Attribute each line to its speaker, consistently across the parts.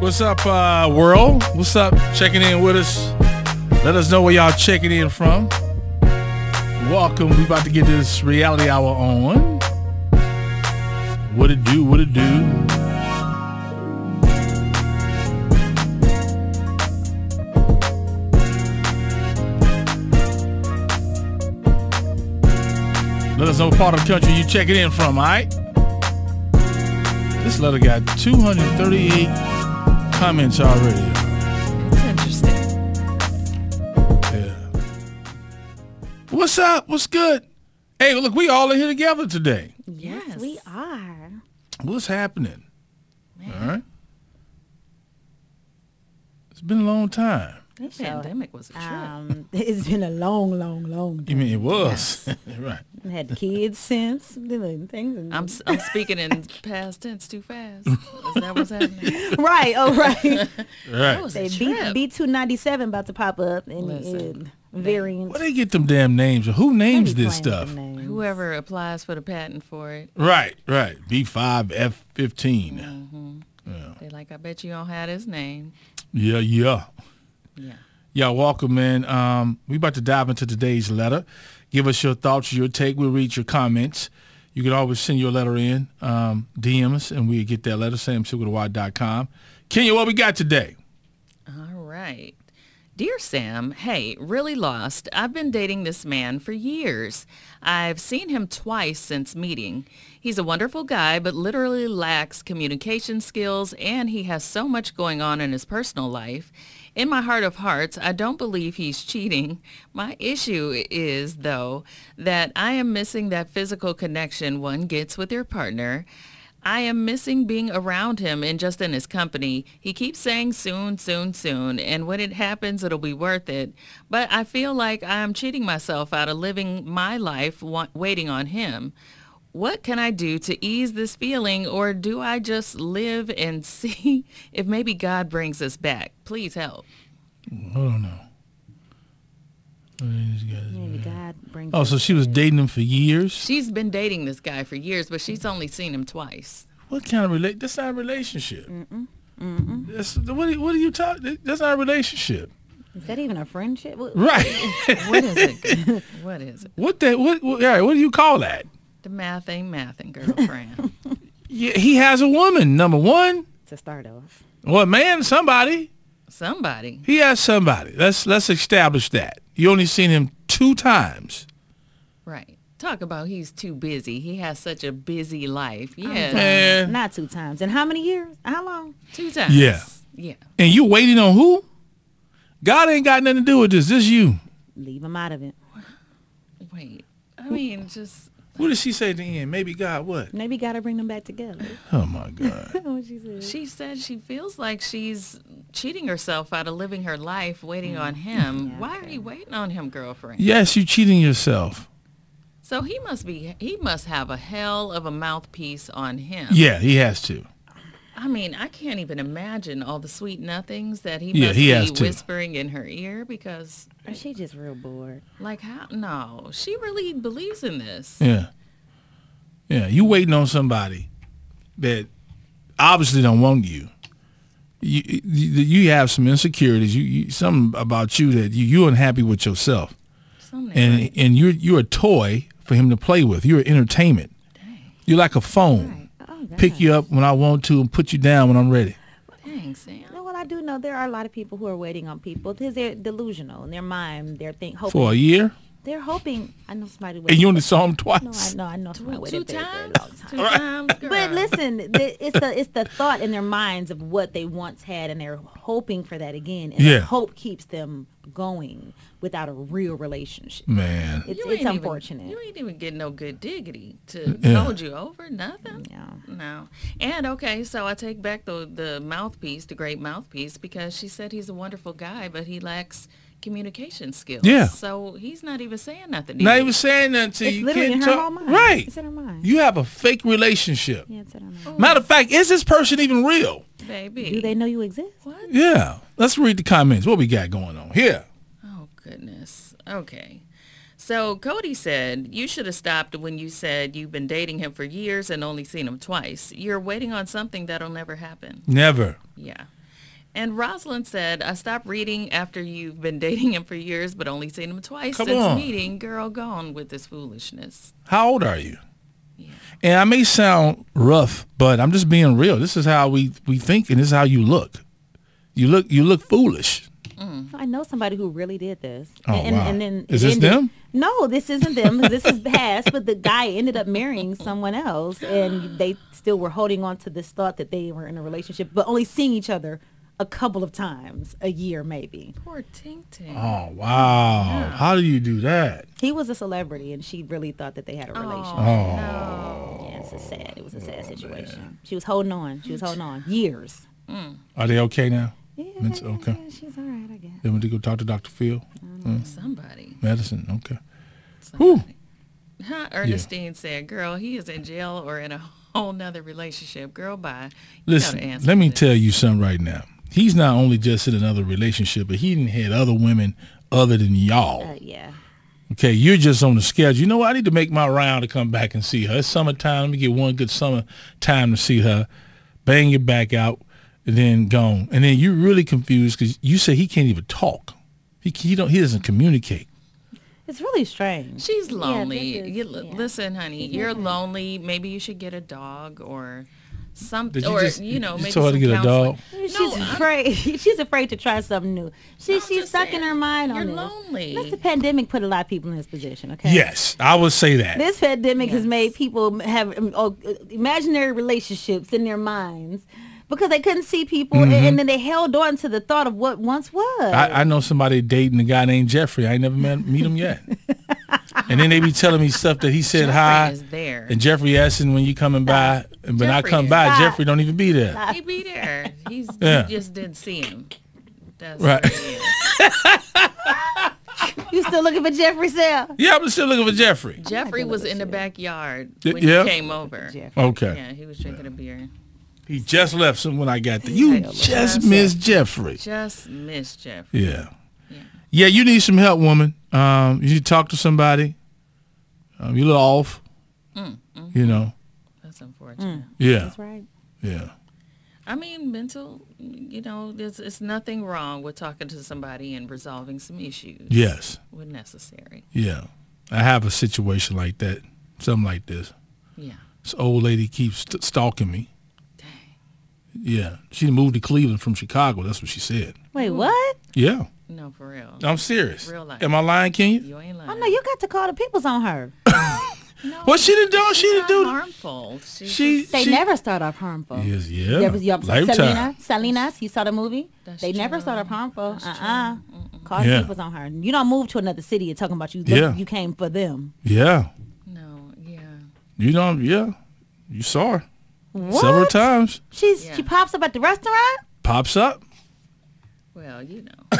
Speaker 1: What's up, uh, world? What's up? Checking in with us. Let us know where y'all checking in from. Welcome. We about to get this reality hour on. What it do? What it do? Let us know what part of the country you checking in from, all right? This letter got 238 comments already.
Speaker 2: It's interesting.
Speaker 1: Yeah. What's up? What's good? Hey, look, we all in here together today.
Speaker 2: Yes.
Speaker 3: We are.
Speaker 1: What's happening? All right. It's been a long time.
Speaker 2: That pandemic was a trip.
Speaker 3: Um, it's been a long, long, long.
Speaker 1: You mean it was? right.
Speaker 3: Time. Had kids since then and things. and-
Speaker 2: I'm, s- I'm speaking in past tense too fast. Is that what's happening?
Speaker 3: right. Oh, right.
Speaker 2: That
Speaker 1: Right.
Speaker 2: was
Speaker 3: they
Speaker 2: a
Speaker 3: B
Speaker 2: trip.
Speaker 3: B two ninety seven about to pop up and it,
Speaker 2: Listen.
Speaker 3: variant.
Speaker 1: Where they get them damn names? Who
Speaker 3: They be
Speaker 1: names this
Speaker 3: playing with
Speaker 1: stuff?
Speaker 3: them names.
Speaker 2: Whoever applies for the patent for it,
Speaker 1: Right, right. B5F15.
Speaker 2: they like, I bet you don't have this name.
Speaker 1: Yeah, yeah.
Speaker 2: Yeah.
Speaker 1: Yeah, welcome, man. Um, we about to dive into today's letter. Give us your thoughts, your take. We'll read your comments. You can always send your letter in, um, DM us, and we get that letter, samsugarwy.com. Kenya, what we got today?
Speaker 2: All right. Dear Sam, hey, really lost. I've been dating this man for years. I've seen him twice since meeting. He's a wonderful guy, but literally lacks communication skills, and he has so much going on in his personal life. In my heart of hearts, I don't believe he's cheating. My issue is, though, that I am missing that physical connection one gets with your partner. I am missing being around him and just in his company. He keeps saying soon, soon, soon, and when it happens, it'll be worth it. But I feel like I'm cheating myself out of living my life wa- waiting on him. What can I do to ease this feeling, or do I just live and see if maybe God brings us back? Please help.
Speaker 1: I don't know.
Speaker 3: Maybe God brings.
Speaker 1: Oh, so she was dating him for years?
Speaker 2: She's been dating this guy for years, but she's only seen him twice.
Speaker 1: What kind of relate? That's not a relationship. That's, what, are- what are you talking? That's not a relationship.
Speaker 3: Is that even a friendship? What-
Speaker 1: Right.
Speaker 2: What is it? what is it?
Speaker 1: what that? What, what, all right, what do you call that?
Speaker 2: The math ain't mathing, girlfriend.
Speaker 1: Yeah, he has a woman, number one.
Speaker 3: To start off,
Speaker 1: Well, man, somebody.
Speaker 2: Somebody.
Speaker 1: He has somebody. Let's let's establish that. You only seen him two times.
Speaker 2: Right. Talk about he's too busy. He has such a busy life. Yeah.
Speaker 1: Man.
Speaker 3: not two times. And how many years? How long?
Speaker 2: Two times.
Speaker 1: Yeah.
Speaker 2: Yeah.
Speaker 1: And you waiting on who? God ain't got nothing to do with this. This you.
Speaker 3: Leave him out of it.
Speaker 2: Wait. I mean, just
Speaker 1: What did she say at the end? Maybe God what?
Speaker 3: Maybe got to bring them back together.
Speaker 1: Oh my God.
Speaker 3: what she said.
Speaker 2: she said she feels like she's cheating herself out of living her life waiting on him. Why are you waiting on him, girlfriend?
Speaker 1: yes, you cheating yourself.
Speaker 2: So he must be he must have a hell of a mouthpiece on him.
Speaker 1: Yeah, he has to.
Speaker 2: I mean, I can't even imagine all the sweet nothings that he
Speaker 1: Yeah,
Speaker 2: must
Speaker 1: he has
Speaker 2: be
Speaker 1: to.
Speaker 2: whispering in her ear because
Speaker 3: Or she just real bored.
Speaker 2: like how no, she really believes in this.
Speaker 1: Yeah. Yeah. You waiting on somebody that obviously don't want you. You you, you have some insecurities. You, you something about you that you you unhappy with yourself.
Speaker 2: Something ain't
Speaker 1: and and you're you're a toy for him to play with. You're entertainment. You're like a phone.
Speaker 3: Oh, God.
Speaker 1: Pick you up when I want to and put you down when I'm ready.
Speaker 2: Dang, Sam.
Speaker 3: Now, what I do know, there are a lot of people who are waiting on people because they're delusional in their mind. They're think hoping
Speaker 1: For a year,
Speaker 3: they're hoping. I know somebody.
Speaker 1: and
Speaker 3: Waiting.
Speaker 1: you only saw him
Speaker 3: no,
Speaker 1: twice.
Speaker 3: I know. I know somebody
Speaker 2: Two
Speaker 3: waited very, very
Speaker 2: times?
Speaker 3: long time.
Speaker 2: Two times, girl.
Speaker 3: But listen, the, it's the it's the thought in their minds of what they once had, and they're hoping for that again. And
Speaker 1: Yeah.
Speaker 3: that hope keeps them going without a real relationship.
Speaker 1: Man,
Speaker 3: It's,
Speaker 2: You
Speaker 3: it's
Speaker 2: ain't even-
Speaker 3: unfortunate.
Speaker 2: you ain't even getting no good diggity to
Speaker 1: Yeah.
Speaker 2: hold you over nothing.
Speaker 3: Yeah.
Speaker 2: No. And okay, so I take back the the mouthpiece, the great mouthpiece, because she said he's a wonderful guy, but he lacks communication skills.
Speaker 1: Yeah.
Speaker 2: So he's not even saying nothing. to
Speaker 1: not
Speaker 2: you.
Speaker 1: even saying nothing to
Speaker 3: it's
Speaker 1: you.
Speaker 3: literally in
Speaker 1: Can't
Speaker 3: her
Speaker 1: talk-
Speaker 3: whole mind.
Speaker 1: Right.
Speaker 3: It's in her mind.
Speaker 1: You have a fake relationship.
Speaker 3: yeah, it's in her mind.
Speaker 1: Matter of fact, is this person even real?
Speaker 2: baby.
Speaker 3: Do they know you exist?
Speaker 2: what?
Speaker 1: Yeah. Let's read the comments. What we got going on here?
Speaker 2: Oh goodness. Okay. So Cody said, you should have stopped when you said you've been dating him for years and only seen him twice. You're waiting on something that'll never happen.
Speaker 1: Never.
Speaker 2: Yeah. And Rosalind said, I stopped reading after you've been dating him for years, but only seen him twice
Speaker 1: Come
Speaker 2: since
Speaker 1: on.
Speaker 2: meeting. Girl, gone with this foolishness.
Speaker 1: How old are you? And I may sound rough, but I'm just being real. This is how we, we think and this is how you look. You look you look foolish.
Speaker 3: I know somebody who really did this.
Speaker 1: Oh,
Speaker 3: and,
Speaker 1: wow.
Speaker 3: and then
Speaker 1: Is
Speaker 3: it
Speaker 1: this
Speaker 3: ended-
Speaker 1: them?
Speaker 3: No, this isn't them. this is past. But the guy ended up marrying someone else, and they still were holding on to this thought that they were in a relationship, but only seeing each other a couple of times a year, maybe.
Speaker 2: Poor Ting Ting.
Speaker 1: Oh wow. How do you do that?
Speaker 3: He was a celebrity, and she really thought that they had a relationship.
Speaker 1: Oh,
Speaker 3: Yeah, it's a sad. It was a sad situation. She was holding on. She was holding on years.
Speaker 1: Are they okay now?
Speaker 3: Yeah,
Speaker 1: It's okay.
Speaker 3: she's all right, I guess.
Speaker 1: They went to go talk to Dr. Phil.
Speaker 2: Um, Somebody.
Speaker 1: Medicine, okay.
Speaker 2: somebody.
Speaker 1: Whew.
Speaker 2: Huh, Ernestine said, girl, he is in jail or in a whole nother relationship. Girl, bye. You know the
Speaker 1: Listen,
Speaker 2: answer
Speaker 1: let
Speaker 2: to
Speaker 1: me
Speaker 2: this.
Speaker 1: tell you something right now. He's not only just in another relationship, but he didn't had other women other than y'all.
Speaker 3: Uh, yeah.
Speaker 1: Okay, you're just on the schedule. You know what? I need to make my round to come back and see her. It's summertime. Let me get one good summer time to see her. Bang your back out, and then gone. And then you're really confused because you say he can't even talk. He, he don't. He doesn't communicate.
Speaker 3: It's really strange.
Speaker 2: She's lonely.
Speaker 3: is-
Speaker 2: you, l-
Speaker 3: yeah.
Speaker 2: Listen, honey, you're lonely. Maybe you should get a dog or something.
Speaker 1: Did you
Speaker 2: Or,
Speaker 1: just-
Speaker 2: you know,
Speaker 1: you
Speaker 2: maybe
Speaker 1: told her to
Speaker 2: some
Speaker 1: get a
Speaker 2: counseling.
Speaker 1: dog?
Speaker 3: She's
Speaker 2: No, I'm-
Speaker 3: afraid. She's afraid to try something new. She,
Speaker 2: I'm
Speaker 3: she's
Speaker 2: just
Speaker 3: stuck in
Speaker 2: saying,
Speaker 3: her mind on
Speaker 2: you're
Speaker 3: this.
Speaker 2: lonely.
Speaker 3: Plus, the pandemic put a lot of people in this position. Okay.
Speaker 1: Yes, I would say that.
Speaker 3: This pandemic has
Speaker 2: Yes.
Speaker 3: made people have um, oh, uh, imaginary relationships in their minds because they couldn't see people, and, and then they held on to the thought of what once was.
Speaker 1: Mm-hmm. I, I know somebody dating a guy named Jeffrey. I ain't never met meet him yet. and then they be telling me stuff that he said
Speaker 2: Jeffrey
Speaker 1: hi.
Speaker 2: is there.
Speaker 1: And Jeffrey asking when you coming by, and when I
Speaker 2: Jeffrey
Speaker 1: come
Speaker 2: is-
Speaker 1: by,
Speaker 3: Stop.
Speaker 1: Jeffrey don't even be there.
Speaker 2: He be there. He's
Speaker 1: Yeah.
Speaker 2: you just didn't see him. That's
Speaker 1: Right.
Speaker 2: what it is.
Speaker 3: you still looking for Jeffrey Sale?
Speaker 1: Yeah, I'm still looking for Jeffrey.
Speaker 2: Jeffrey was in the backyard when
Speaker 1: yeah.
Speaker 2: you came over.
Speaker 3: Jeffrey.
Speaker 1: Okay,
Speaker 2: Yeah, he was drinking a beer.
Speaker 1: he just left some when I got there. You just missed Jeffrey.
Speaker 2: Just missed Jeffrey.
Speaker 1: Yeah, yeah. You need some help, woman. Um, you need to talk to somebody. Um, you're a little off.
Speaker 2: Mm, mm-hmm.
Speaker 1: You know.
Speaker 2: That's unfortunate.
Speaker 1: Yeah,
Speaker 3: That's right.
Speaker 1: yeah.
Speaker 2: I mean, mental, you know, there's it's nothing wrong with talking to somebody and resolving some issues
Speaker 1: Yes,
Speaker 2: when necessary.
Speaker 1: yeah. I have a situation like that. Something like this.
Speaker 2: Yeah.
Speaker 1: This old lady keeps st- stalking me. Yeah, she moved to Cleveland from Chicago. That's what she said.
Speaker 3: Wait,
Speaker 2: Mm-hmm.
Speaker 3: what?
Speaker 1: Yeah,
Speaker 2: No, for real.
Speaker 1: I'm serious.
Speaker 2: Real life.
Speaker 1: Am I lying, Kenya?
Speaker 2: You ain't lying.
Speaker 3: Oh no, you got to call the peoples on her.
Speaker 1: What she done done? She
Speaker 2: She's
Speaker 1: done
Speaker 2: not
Speaker 1: do.
Speaker 2: harmful. She's
Speaker 1: She.
Speaker 3: They
Speaker 1: she,
Speaker 3: never start off harmful.
Speaker 1: Yes, yeah.
Speaker 3: Yeah, but y'all- Selena,
Speaker 1: Lifetime.
Speaker 3: Salinas, you saw the movie?
Speaker 2: That's
Speaker 3: they never
Speaker 2: true.
Speaker 3: start off harmful. Uh-uh. Call
Speaker 1: Yeah.
Speaker 3: the peoples on her. You don't move to another city and talking about you.
Speaker 1: Yeah.
Speaker 3: You came for them.
Speaker 1: Yeah.
Speaker 2: no, yeah.
Speaker 1: You know. Yeah. You saw her
Speaker 3: What?
Speaker 1: several times.
Speaker 3: She's,
Speaker 2: Yeah.
Speaker 3: She pops up at the restaurant?
Speaker 1: Pops up.
Speaker 2: Well, you know.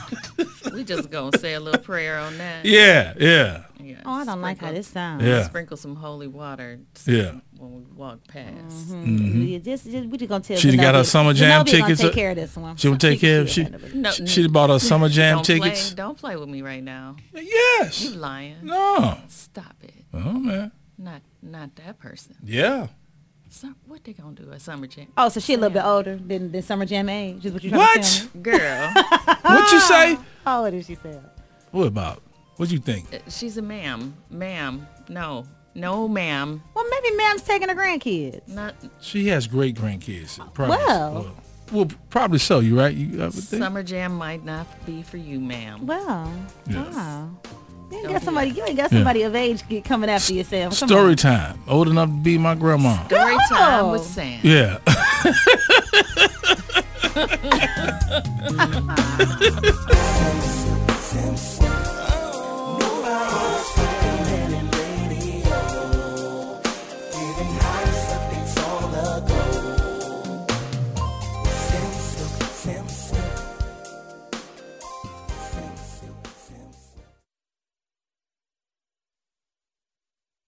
Speaker 2: we just gonna say a little prayer on that.
Speaker 1: Yeah. Yeah.
Speaker 2: Yeah,
Speaker 3: Oh, I don't like how
Speaker 2: sprinkle-
Speaker 3: this sounds.
Speaker 1: Yeah.
Speaker 2: Sprinkle some holy water s-
Speaker 1: Yeah.
Speaker 2: when we walk past.
Speaker 3: Mm-hmm. We just, just- we just gonna tell
Speaker 1: Mm-hmm. She done got her
Speaker 3: Zenobia-
Speaker 1: summer jam
Speaker 3: Zenobia gonna
Speaker 1: tickets,
Speaker 3: Take
Speaker 1: uh,
Speaker 3: care of this one.
Speaker 1: She would take care of. She.
Speaker 2: No,
Speaker 1: She she bought her summer jam
Speaker 2: don't
Speaker 1: tickets.
Speaker 2: Play, don't play with me right now. You
Speaker 1: Yes.
Speaker 2: lying.
Speaker 1: No.
Speaker 2: Stop it.
Speaker 1: Oh man.
Speaker 2: Not not that person.
Speaker 1: Yeah.
Speaker 2: So, what they gonna do at summer jam?
Speaker 3: Oh, so she a little bit older than, than summer jam age. Is what you trying to tell
Speaker 1: What?
Speaker 3: me?
Speaker 2: Girl,
Speaker 1: What you
Speaker 2: Ah.
Speaker 1: say?
Speaker 3: How old is she? Said.
Speaker 1: What about? What you think?
Speaker 2: she's a ma'am. Ma'am, no, no, ma'am.
Speaker 3: Well, maybe ma'am's taking her grandkids.
Speaker 2: Not
Speaker 1: She has great grandkids. Probably,
Speaker 3: Well.
Speaker 1: well, well, probably so. You right? You, I would think.
Speaker 2: summer jam might not be for you, ma'am.
Speaker 3: Well,
Speaker 1: Yes.
Speaker 3: wow. You ain't
Speaker 2: Don't
Speaker 3: got
Speaker 2: do
Speaker 3: somebody. You ain't got somebody of age get coming after yourself. Come
Speaker 1: Story
Speaker 3: on.
Speaker 1: time. Old enough to be my grandma.
Speaker 2: Story time with
Speaker 3: Girl.
Speaker 2: Sam.
Speaker 1: Yeah.
Speaker 4: Samson, Samson.